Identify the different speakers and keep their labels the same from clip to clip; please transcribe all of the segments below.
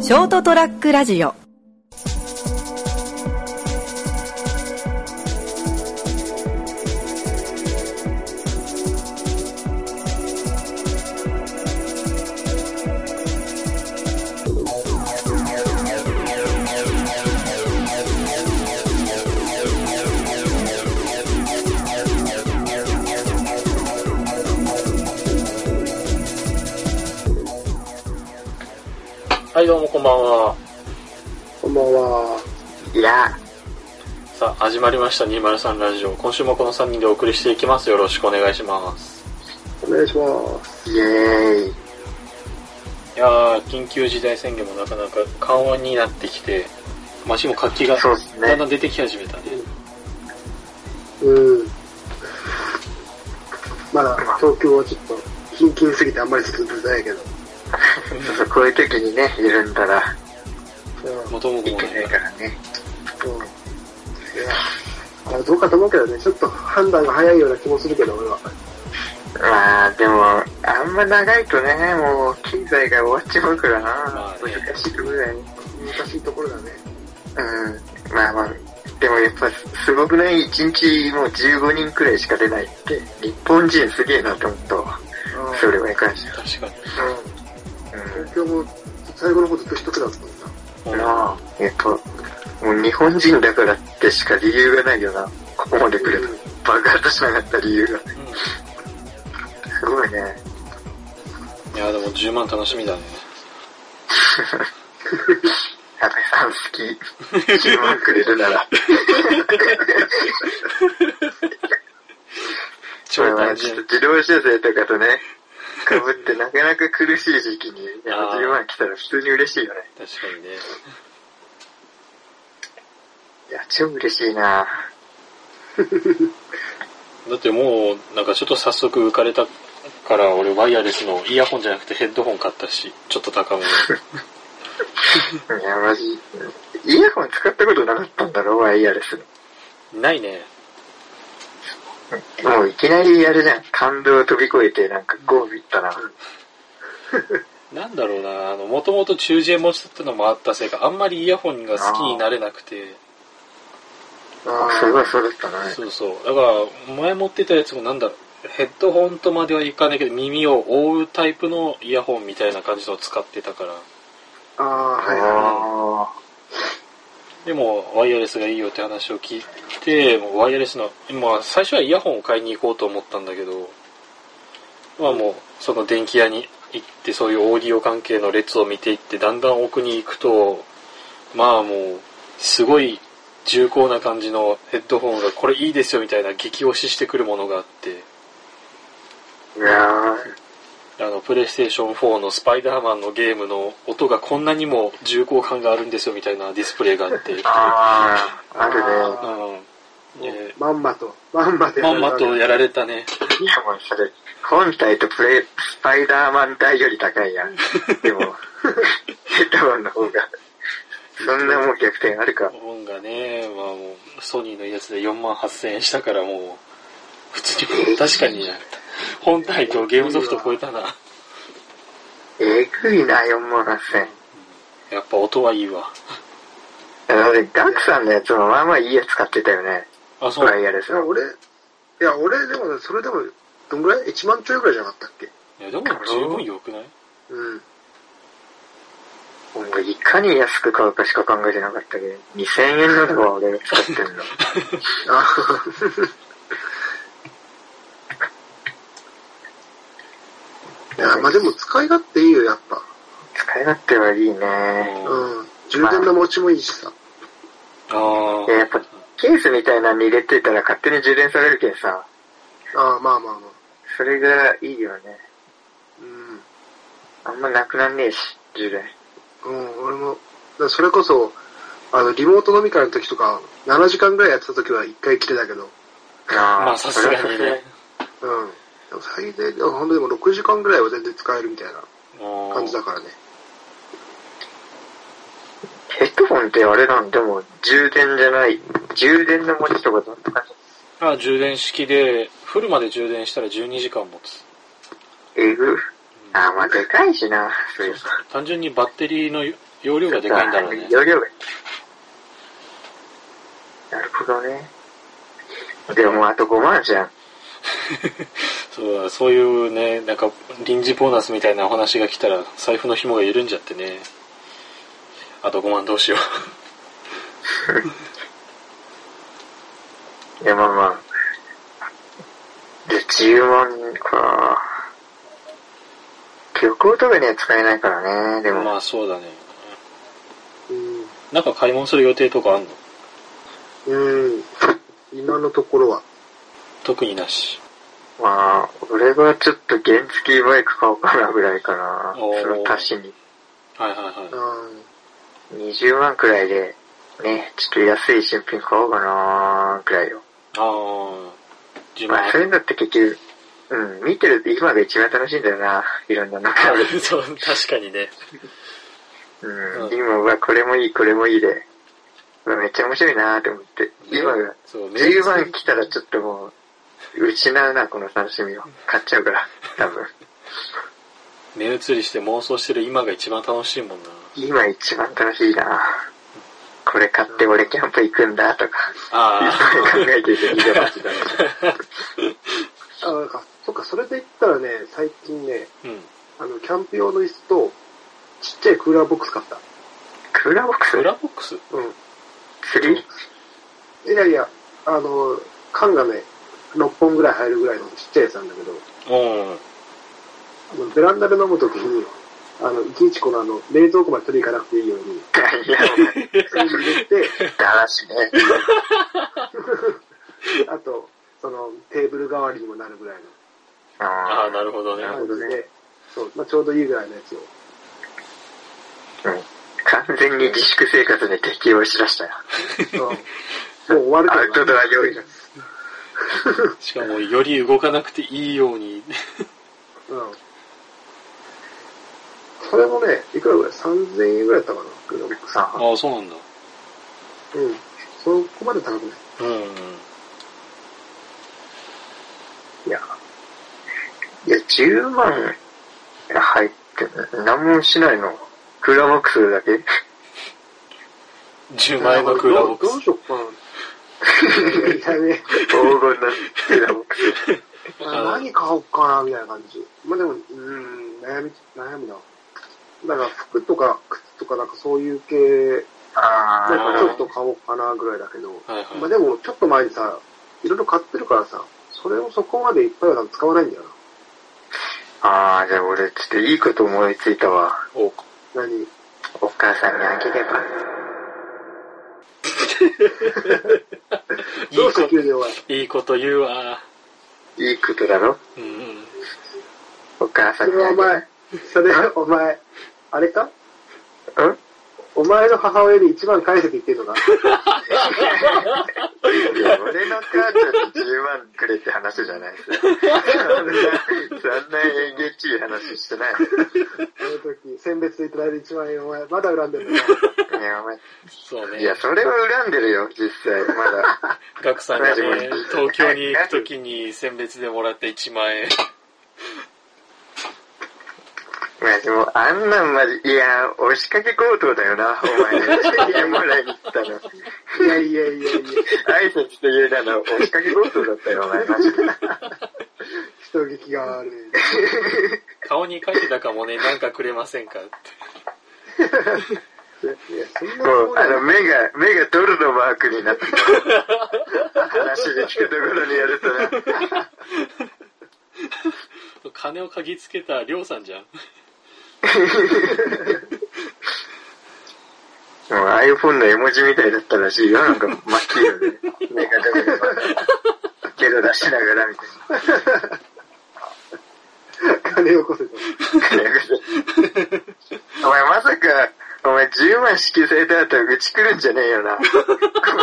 Speaker 1: ショートトラックラジオ
Speaker 2: はい、どうもこんばんは。
Speaker 3: こんばんは。
Speaker 4: いや、
Speaker 2: さあ、始まりました203ラジオ。今週もこの3人でお送りしていきます。よろしくお願いします。
Speaker 3: お願いします。
Speaker 4: イエーイ。
Speaker 2: いやー、緊急事態宣言もなかなか緩和になってきて、街も活気が
Speaker 4: そうっすね
Speaker 2: だんだん出てき始めたね。
Speaker 3: うん。まだ東京はちょっと、キンキンすぎてあんまりちょっと出ないけど。
Speaker 4: そうそう、こういう時にね、緩んだら
Speaker 3: うん。うん。い
Speaker 2: 元も子
Speaker 4: い
Speaker 2: も
Speaker 4: けない
Speaker 2: ね
Speaker 4: か。らね。
Speaker 3: や、どうかと思うけどね、ちょっと判断が早いような気もするけど、俺は。
Speaker 4: まあ、でも、あんま長いとね、もう経済が終わっちまうからな。
Speaker 2: まあね
Speaker 4: 難しいぐらい。うん。
Speaker 3: 難しいところだね。
Speaker 4: まあまあ、でもやっぱすごくない一日もう15人くらいしか出ないって、日本人すげえなと思ったわ。
Speaker 3: うん。
Speaker 4: それは感じた。
Speaker 2: 確か
Speaker 3: う
Speaker 4: うん
Speaker 3: ん。東京も最後の方ずっと一つだったもん
Speaker 2: に。
Speaker 3: な。
Speaker 2: も
Speaker 4: なあ、やっぱ、もう日本人だからってしか理由がないよな。ここまで来ると。爆発しなかった理由が。
Speaker 2: う
Speaker 4: すごいね。
Speaker 2: うん、いやー、でも10万楽しみだね。
Speaker 4: 安倍さん好き。10万くれるなら。
Speaker 2: 超
Speaker 4: まあま
Speaker 2: 単
Speaker 4: あちょっ
Speaker 2: 純
Speaker 4: と。自動車税とかとね、被ってなかなか苦しい時期に、やっぱ10万来たら普通に嬉しいよね。
Speaker 2: 確かにね。
Speaker 4: いや、超嬉しいな
Speaker 2: だってもう、なんかちょっと早速浮かれたから、俺ワイヤレスのイヤホンじゃなくてヘッドホン買ったし、ちょっと高めの。
Speaker 4: いや、マジ。イヤホン使ったことなかったんだろ、ワイヤレス の。
Speaker 2: ないね。
Speaker 4: もういきなりあれじゃん。感動を飛び越えて、なんかゴールいったな。
Speaker 2: なんだろうな、あの、もともと中耳炎持ちだったのもあったせいか、あんまりイヤホンが好きになれなくて、
Speaker 4: あそれはそうだったな。
Speaker 2: そうそう。だから、前持ってたやつもなんだろう、ヘッドホンとまではいかないけど、耳を覆うタイプのイヤホンみたいな感じのを使ってたから。
Speaker 3: ああ、はいはい。
Speaker 4: あ
Speaker 2: でも、ワイヤレスがいいよって話を聞いて、もうワイヤレスの、まあ、最初はイヤホンを買いに行こうと思ったんだけど、まあもう、その電気屋に行って、そういうオーディオ関係の列を見ていって、だんだん奥に行くと、まあもう、すごい重厚な感じのヘッドホンが、これいいですよみたいな激推ししてくるものがあって、
Speaker 4: ー。いや
Speaker 2: あの、プレイステーション4のスパイダーマンのゲームの音がこんなにも重厚感があるんですよみたいなディスプレイがあって、
Speaker 4: ー。あー。あるね。
Speaker 2: うん。ね
Speaker 3: まんまと、まんまで。
Speaker 2: まんまとやられたね。
Speaker 4: いやもうそれ、本体とプレイ、スパイダーマン代より高いや ん。でも、ヘッドホンの方が、そんなもう逆転あるか。
Speaker 2: 本がね、まあもう、ソニーのやつで4万8000円したからもう、普通に、確かに、本体とゲームソフト超えたな。
Speaker 4: えぐいな、4万8000。
Speaker 2: やっぱ音はいいわ。
Speaker 4: だって、ガクさんのやつもまあまあいいやつ買ってたよね。
Speaker 2: あ、そ
Speaker 4: ワイ
Speaker 2: う。
Speaker 4: ヤレス
Speaker 3: いや、
Speaker 4: の。
Speaker 3: 俺、いや、俺でもね、それでも、どんぐらい ?1 万ちょいぐらいじゃなかったっけ
Speaker 2: いや、でも十分良くない
Speaker 3: うん。
Speaker 4: もういかに安く買うかしか考えてなかったけど、2000円のとか俺が使ってんの。
Speaker 3: あ いや、まあでも使い勝手いいよ、やっぱ。
Speaker 4: 使い勝手はいいね。
Speaker 2: うん。あ
Speaker 3: うん。充電の持ちもいいしさ。
Speaker 2: あ
Speaker 4: いや、やっぱ、ケースみたいなのに入れてたら勝手に充電されるけんさ、
Speaker 3: ああ、まあまあまあ。
Speaker 4: それがいいよね。
Speaker 3: うん。
Speaker 4: あんまなくなんねえし、充電。
Speaker 3: うん、俺も、だからそれこそ、あの、リモート飲み会の時とか、7時間ぐらいやってた時は1回切れたけど、
Speaker 4: あ
Speaker 2: まあさすがにね。
Speaker 3: うん。でも最低、でも本当でも6時間ぐらいは全然使えるみたいな感じだからね。
Speaker 4: ヘッドホンってあれなんでも、充電じゃない。充電の持ちとかどんな感じ
Speaker 2: ああ、充電式で、フルまで充電したら12時間持つ。
Speaker 4: えぐ。あー、まあでかいしな、そういう
Speaker 2: 単純にバッテリーの容量がでかいんだろうね。
Speaker 4: 容量が。なるほどね。でももうあと5万じゃん。
Speaker 2: そうだ、そういうね、なんか臨時ボーナスみたいなお話が来たら財布の紐が緩んじゃってね。あと5万どうしよう。
Speaker 4: いや、まあまあ。で、10万か。旅行とかには使えないからね、で も。
Speaker 2: まあそうだね。
Speaker 3: うん。
Speaker 2: なんか買い物する予定とかあんの
Speaker 3: うん。今のところは。
Speaker 2: 特になし。
Speaker 4: まあ、俺はちょっと原付きバイク買おうかなぐらいかな。
Speaker 2: おー
Speaker 4: その足しに。
Speaker 2: はいはいはい。
Speaker 3: あ
Speaker 4: 20万くらいで、ね、ちょっと安い新品買おうかなくらいよ。
Speaker 2: ああ、自
Speaker 4: まあ、そういう
Speaker 2: 慢。
Speaker 4: のって結局、うん、見てると今が一番楽しいんだよな。いろんなの
Speaker 2: そう、確かにね。
Speaker 4: う
Speaker 2: うん
Speaker 4: ん、今はこれもいい、これもいいで。うわめっちゃ面白いなと思って。今が、
Speaker 2: そう、メ
Speaker 4: 10
Speaker 2: ー
Speaker 4: 万
Speaker 2: ル
Speaker 4: 来たらちょっともう、失うな、この楽しみを。買っちゃうから、多 分。
Speaker 2: 目移りして妄想してる今が一番楽しいもんな。
Speaker 4: 今一番楽しいなこれ買って俺キャンプ行くんだとか、
Speaker 2: あ
Speaker 4: 考えてて、いい だろうだ
Speaker 3: あ。ああ、そっか、それで言ったらね、最近ね、
Speaker 2: あ、うん。
Speaker 3: あの、キャンプ用の椅子と、ちっちゃいクーラーボックス買った。
Speaker 4: クーラーボック
Speaker 2: クー
Speaker 4: ス
Speaker 2: ラーボックス
Speaker 3: うん。
Speaker 4: 釣り
Speaker 3: いやいや、あの、缶がね、6本ぐらい入るぐらいのちっちゃいやつなんだけど、
Speaker 2: うん。
Speaker 3: あのベランダで飲むときに、あの、いちいちこのあの、冷蔵庫まで取りに行かなくていいように、
Speaker 4: いや、お前
Speaker 3: それに入れて、
Speaker 4: だらしね。
Speaker 3: あと、その、テーブル代わりにもなるぐらい
Speaker 2: あ
Speaker 4: あ
Speaker 2: あ、なるほどね。
Speaker 3: の
Speaker 4: な
Speaker 3: 感
Speaker 4: るほ
Speaker 3: じ
Speaker 4: どね
Speaker 3: で、そう、まあ、ちょうどいいぐらいのやつを。
Speaker 4: ほど。完全に自粛生活で適用しだしたよ。
Speaker 3: そうもう終わるから
Speaker 4: アウトドア料理
Speaker 3: うん。
Speaker 2: しかも、より動かなくていいよう に。
Speaker 3: それもね、いくらぐらい ?3000 円ぐらいだったかな、クーラーボックス。
Speaker 4: さあ、
Speaker 2: ああ、そうなんだ。
Speaker 3: うん。そこまで高くない。
Speaker 2: うん。
Speaker 4: いや。いや、10万入って、何もしないの。クーラーボックスだけ
Speaker 2: 10万円のクーラーボック
Speaker 3: どう
Speaker 2: ス。
Speaker 3: しよっかな。いやいや ね、
Speaker 4: 黄金のクーラーボ ックス。
Speaker 3: あ何買おうかな、みたいな感じ。まあでも、うーん、悩み、悩むな。だから服とか靴とかなんかそういう系、
Speaker 4: あ
Speaker 3: なんか
Speaker 4: あ
Speaker 3: ちょっと買おうかなぐらいだけど、
Speaker 2: はい
Speaker 3: まあ
Speaker 2: は
Speaker 3: でもちょっと前にさ、いろいろ買ってるからさ、それをそこまでいっぱいは多分使わないんだよ
Speaker 4: ああ、じゃあ俺、ちょっといいこと思いついたわ。
Speaker 2: い。お
Speaker 3: な。何
Speaker 4: お母さんにあげれば。
Speaker 2: いい
Speaker 3: どうして
Speaker 2: こ
Speaker 3: 給料は。
Speaker 2: と、いいこと言うわ。
Speaker 4: いいことだろ
Speaker 2: うんうん。
Speaker 4: お母
Speaker 3: そ
Speaker 4: さんに
Speaker 3: れは
Speaker 4: あ
Speaker 3: お
Speaker 4: げ
Speaker 3: 前、それはお前、あれか
Speaker 4: る。ん
Speaker 3: お前の母親に一番返せって言ってるのか
Speaker 4: いや、俺の母ちゃんに10万くれって話じゃないですよ。そんな、そんなえげちい話してない。
Speaker 3: あの時、選別でいただいて1万円、お前、まだ恨んでるのか
Speaker 4: いや、お前。
Speaker 2: そう
Speaker 4: い
Speaker 2: ね
Speaker 4: や、。それは恨んでるよ、実際。まだ。
Speaker 2: ガクさんがね
Speaker 4: 大丈夫、
Speaker 2: 東京に行くときに選別でもらった1万円。
Speaker 4: いや、でも、あんなんまじ、いや、押しかけ強盗だよな、お前。いや、もらいに来たの。
Speaker 3: いやいやいやいや、
Speaker 4: 挨拶というなら、押しかけ強盗だったよ、お前。マジで。
Speaker 3: 人聞きが悪い。
Speaker 2: 顔に書いてたかも ね、なんかくれませんかって。
Speaker 3: いや、そんな
Speaker 4: もう、あの、
Speaker 3: こ
Speaker 4: 目が、目がドルのマークになってた。話に聞くところにやるとね。
Speaker 2: 金を嗅ぎつけたりょうさんじゃん。
Speaker 4: もう iPhone の絵文字みたいだったらしいよ。なんか真っ黄色で。目がドルのマーク。ゲロ出しながらみたい
Speaker 3: 金を起こせと。
Speaker 4: な。お前まさか、お前10万支給された後、うち来るんじゃねえよな。今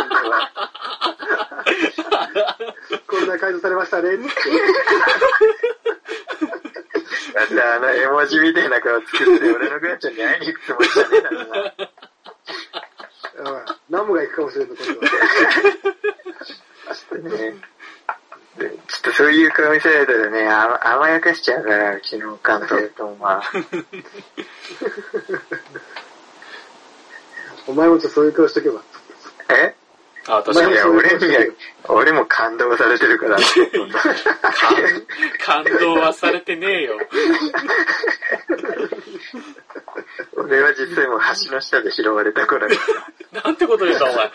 Speaker 4: 度は。
Speaker 3: こんな解除されましたね、って。
Speaker 4: だってあの絵文字みたいな顔作って、俺の母ちゃんに会いに行くつもりじゃねえだろうな。
Speaker 3: おいナムが行くかもしれんの、今度は。
Speaker 4: ね、ちょっとそういう顔見せられたらね、あ甘やかしちゃうから、うちの関東と、まあ。
Speaker 3: お前もちょっとそういう顔しとけば。
Speaker 4: え
Speaker 2: あ、確
Speaker 3: お
Speaker 2: か
Speaker 3: 前
Speaker 4: い
Speaker 2: に
Speaker 3: も。
Speaker 4: や、
Speaker 3: そういう
Speaker 4: 俺
Speaker 3: こと
Speaker 4: には、俺も感動されてるから。
Speaker 2: 感動はされてねえよ。
Speaker 4: 俺は実際もう橋の下で拾われた頃に。
Speaker 2: なんてことでした、お前。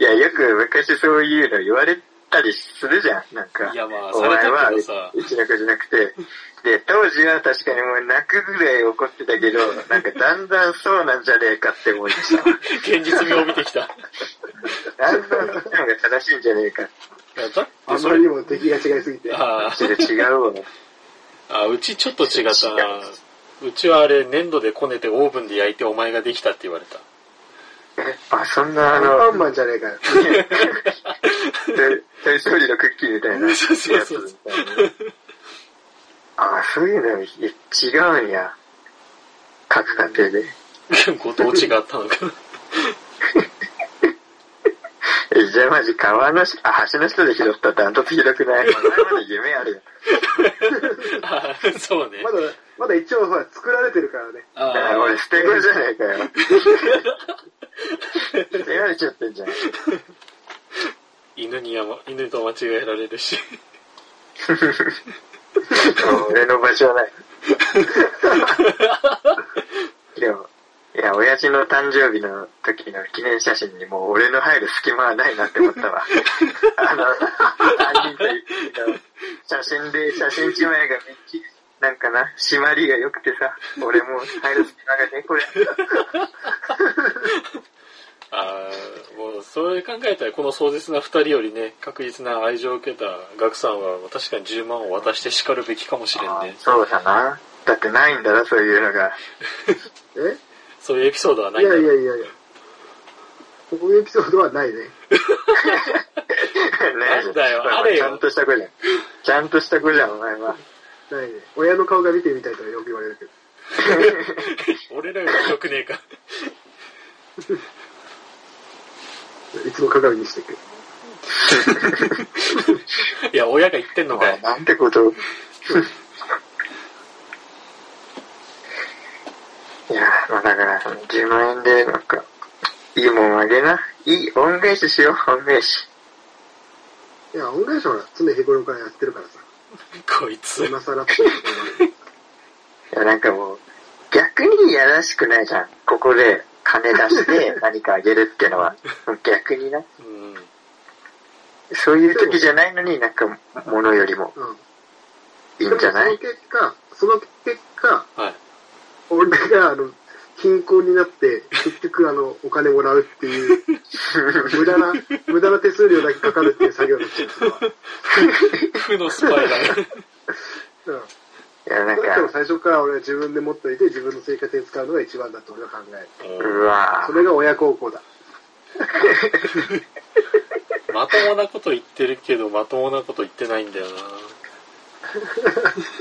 Speaker 4: いや、よく昔そういうの言われたりするじゃん、なんか。
Speaker 2: いやまあ
Speaker 4: お
Speaker 2: さ
Speaker 4: 前は
Speaker 2: れたけどさ
Speaker 4: 一泣くじゃなくて。で、当時は確かにもう泣くぐらい怒ってたけど、なんかだんだんそうなんじゃねえかって思いました。
Speaker 2: 現実味を帯びてきた。い
Speaker 4: だんだんそっちの方が正しいんじゃねえかっ
Speaker 2: やだって
Speaker 3: あ
Speaker 2: そ
Speaker 3: まりに
Speaker 2: れ、
Speaker 3: も敵が違いすぎて。
Speaker 2: あ
Speaker 4: て。違うわ。
Speaker 2: あ、うちちょっと違ったな。うちはあれ、粘土でこねてオーブンで焼いてお前ができたって言われた。
Speaker 4: あ、そんな
Speaker 3: ア
Speaker 4: あ
Speaker 3: ン
Speaker 4: の、
Speaker 3: パンマンじゃねえかよ。
Speaker 4: でトイ・ストーリーのクッキーみたいなやつ
Speaker 2: そう
Speaker 4: みたい
Speaker 2: そう
Speaker 4: な。
Speaker 2: そう
Speaker 4: ああ、そういうのい違うんや。各家庭で。
Speaker 2: ご当地があったのかな。
Speaker 4: え、じゃあマジ川のし、あ、橋の下で拾ったダントツひどくないお前まで夢あるよ。
Speaker 2: あそうね
Speaker 3: ま。だ、まだ一応ほら、作られてるからね。
Speaker 2: あ
Speaker 4: だから
Speaker 2: ー
Speaker 4: 俺捨て子じゃねえ かよ。 捨てられちゃってんじゃん。
Speaker 2: 犬にや、ま、犬と間違えられるし。
Speaker 4: 俺の場所はない。でも、いや、親父の誕生日の時の記念写真にもう俺の入る隙間はないなって思ったわ。あの、3人との写真で、写真一枚がめっちゃ、なんかな、締まりが良くてさ、俺もう入る隙間がね、これ。
Speaker 2: ああ、もう、それ考えたら、この壮絶な二人よりね、確実な愛情を受けたガクさんは、確かに10万を渡して叱るべきかもしれん
Speaker 4: あ
Speaker 2: ね。
Speaker 4: そうだな。だってないんだな、そういうのが。
Speaker 3: え
Speaker 2: そういうエピソードはないいん
Speaker 3: や
Speaker 2: だ
Speaker 3: いやいやいや。こういうエピソードはないね。
Speaker 2: なんだよ
Speaker 4: ね
Speaker 2: あれ
Speaker 4: ち
Speaker 2: よ
Speaker 4: ゃんとした子じゃん。ちゃんとした子じゃん、お前は。
Speaker 3: ないね。親の顔が見てみたいとはよく言われるけど。
Speaker 2: 俺らが良くねえか。
Speaker 3: いつも鏡にしてくる。
Speaker 2: いや、親が言ってんの
Speaker 4: お
Speaker 2: か
Speaker 4: 前
Speaker 2: い。
Speaker 4: なんてことを。いや、まあだから、10万円で、なんか、いいもんあげな。いい、恩返ししよう、恩返し。
Speaker 3: いや、恩返しはほら常日頃からやってるからさ。
Speaker 2: こい つ。
Speaker 3: 今更っていうところもある
Speaker 4: いや、なんかもう、逆にいやらしくないじゃん。ここで、金出 して何かあげるってのは。逆にな。
Speaker 2: うん。
Speaker 4: そういう時じゃないのになんか、物よりも
Speaker 3: うん。
Speaker 4: いいんじゃない
Speaker 3: でもその結果、その結果、
Speaker 2: はい。
Speaker 3: 俺が、あの、貧困になって、結局、あの、お金もらうっていう、無駄な、無駄な手数料だけかかるっていう作業になっちゃうそれは
Speaker 2: 負のスパイラル。
Speaker 3: うん。
Speaker 4: いや、なん
Speaker 3: だったら
Speaker 4: か、
Speaker 3: 最初から俺は自分で持っといて、自分の生活に使うのが一番だと俺は考える。
Speaker 4: うわ
Speaker 3: それが親孝行だ。
Speaker 2: まともなこと言ってるけど、まともなこと言ってないんだよな。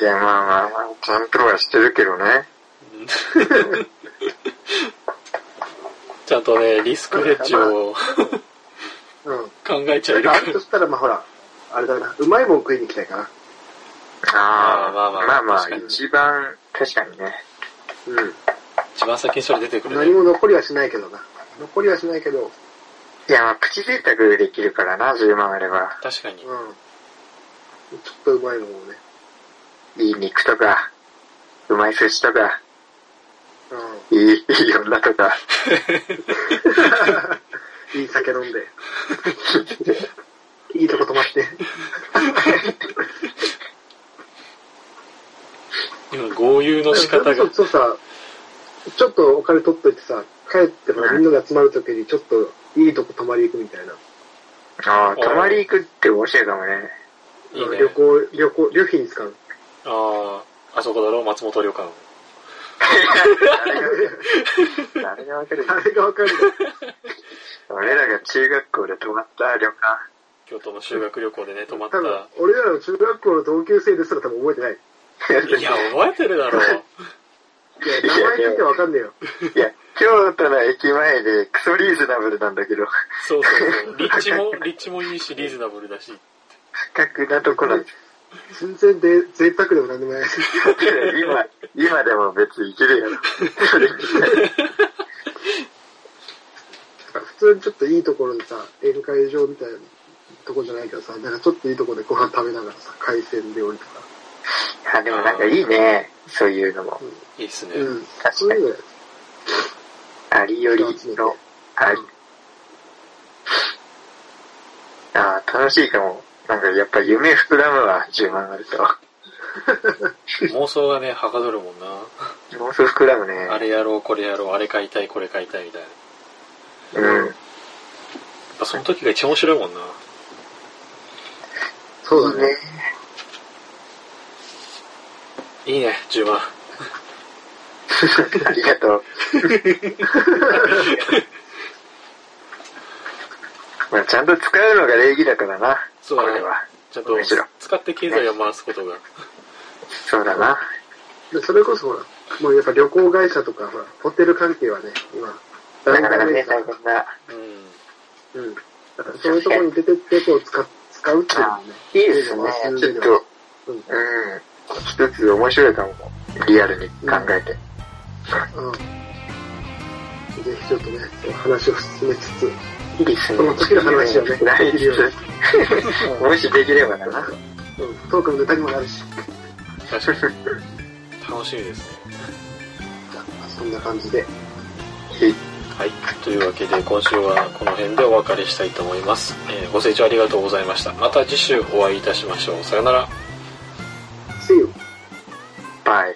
Speaker 4: いや、まあまあまあ、ちゃんとはしてるけどね。
Speaker 2: ちゃんとね、リスクヘッジを
Speaker 3: うん。
Speaker 2: 考えち
Speaker 3: そ
Speaker 2: ゃいるから
Speaker 3: れがある。としたら、まあほら、あれだな、うまいもん食いに行きたいかな。
Speaker 4: ああ、
Speaker 2: ま
Speaker 4: ま
Speaker 2: あま
Speaker 4: あま
Speaker 2: あ
Speaker 4: あ、
Speaker 2: ま
Speaker 4: ま
Speaker 2: あ
Speaker 4: あ
Speaker 2: 確かに
Speaker 4: 一番、確かにね。
Speaker 3: う
Speaker 2: 一番先にそれ出てく
Speaker 3: ん。何
Speaker 2: るね。
Speaker 3: も残りはしないけどな。残りはしないけど、
Speaker 4: いや、まあ、プチ贅沢できるからな、10万あれば。
Speaker 2: 確かに。
Speaker 3: うん。ちょっとうまいもんをね。
Speaker 4: いい肉とか、うまい寿司とか、
Speaker 3: う
Speaker 4: いい、いい女とか。
Speaker 3: ん。い い酒飲んで。いいとこ泊まって。
Speaker 2: 今、豪遊の仕方
Speaker 3: それ
Speaker 2: が
Speaker 3: こ。そさ、ちょっとお金取っといてさ、帰ってほらみんなが集まるときにちょっといいとこ泊まり行くみたいな。
Speaker 4: ああ、泊まり行くって面白いかもね。
Speaker 2: いいね
Speaker 3: 旅。行、旅行、旅費に使う。
Speaker 2: ああ、あそこだろ、松本旅館。
Speaker 4: 誰がわかる
Speaker 3: あれがわかるんだ。
Speaker 4: 俺らが中学校で泊まった旅館。
Speaker 2: 京都の修学旅行でね、泊まっ
Speaker 3: 多分
Speaker 2: た。、
Speaker 3: 俺らの中学校の同級生ですら多分覚えてない。
Speaker 2: いや、覚えてるだろう。
Speaker 3: いや、名前聞いてわかんねえよ。
Speaker 4: いや、京都の駅前でクソリーズナブルなんだけど、
Speaker 2: そうそうそう。立地も、立地もいいし、リーズナブルだし。
Speaker 4: 破格なとこなんです
Speaker 3: 全然で、贅沢でもなんでもない。
Speaker 4: 今、今でも別にいけるやろ。それみたい
Speaker 3: そういうちょっといいところにさ、宴会場みたいなとこじゃないけどさ、なんかちょっといいところでご飯食べながらさ、海鮮料理とか。
Speaker 4: あ、でもなんかいいね。そういうのも。
Speaker 2: いいっすね。
Speaker 3: うん。
Speaker 4: かに
Speaker 3: そういうのや
Speaker 4: ありよりの、あり
Speaker 3: うん。
Speaker 4: あー楽しいかも。なんかやっぱ夢膨らむわ、10万あると。
Speaker 2: 妄想がね、はかどるもんな。
Speaker 4: 妄想膨らむね。
Speaker 2: あれやろう、これやろう、あれ買いたい、これ買いたいみたいな。や
Speaker 4: うん。
Speaker 2: っぱその時が一番面白いもんな。
Speaker 3: そうだね。
Speaker 2: いいね、10万。
Speaker 4: いいね。 ありがとう。まあちゃんと使うのが礼儀だからな。
Speaker 2: そうだね
Speaker 4: これは。
Speaker 2: ちゃんと
Speaker 4: 面白い
Speaker 2: 使って経済を回すことが。
Speaker 4: そうだな。
Speaker 3: でそれこそほら、もうやっぱ旅行会社とか、ほら、ホテル関係はね、今、
Speaker 4: なかなかね、
Speaker 3: だ
Speaker 4: 大
Speaker 3: いぶ
Speaker 4: 変な。
Speaker 2: うん。
Speaker 3: うん。だからそういうところに出てって、こう使っ、使うっていうのはね。
Speaker 4: いいですね。ちょっと、
Speaker 3: うん
Speaker 4: うん。一つ面白いかも。リアルに考えて。
Speaker 3: うん。ぜひちょっとね、話を進めつつ、
Speaker 4: いいですね。
Speaker 3: この時の話をね
Speaker 4: 来
Speaker 3: できるよう
Speaker 4: 月、もしできればだな。
Speaker 3: うん、トークのネタにもなるし、
Speaker 2: 確かに。楽しみですね。
Speaker 3: じゃあそんな感じで。
Speaker 2: はい。というわけで、今週はこの辺でお別れしたいと思います。えーご清聴ありがとうございました。また次週お会いいたしましょう。さよなら。
Speaker 3: See you!
Speaker 4: バイ。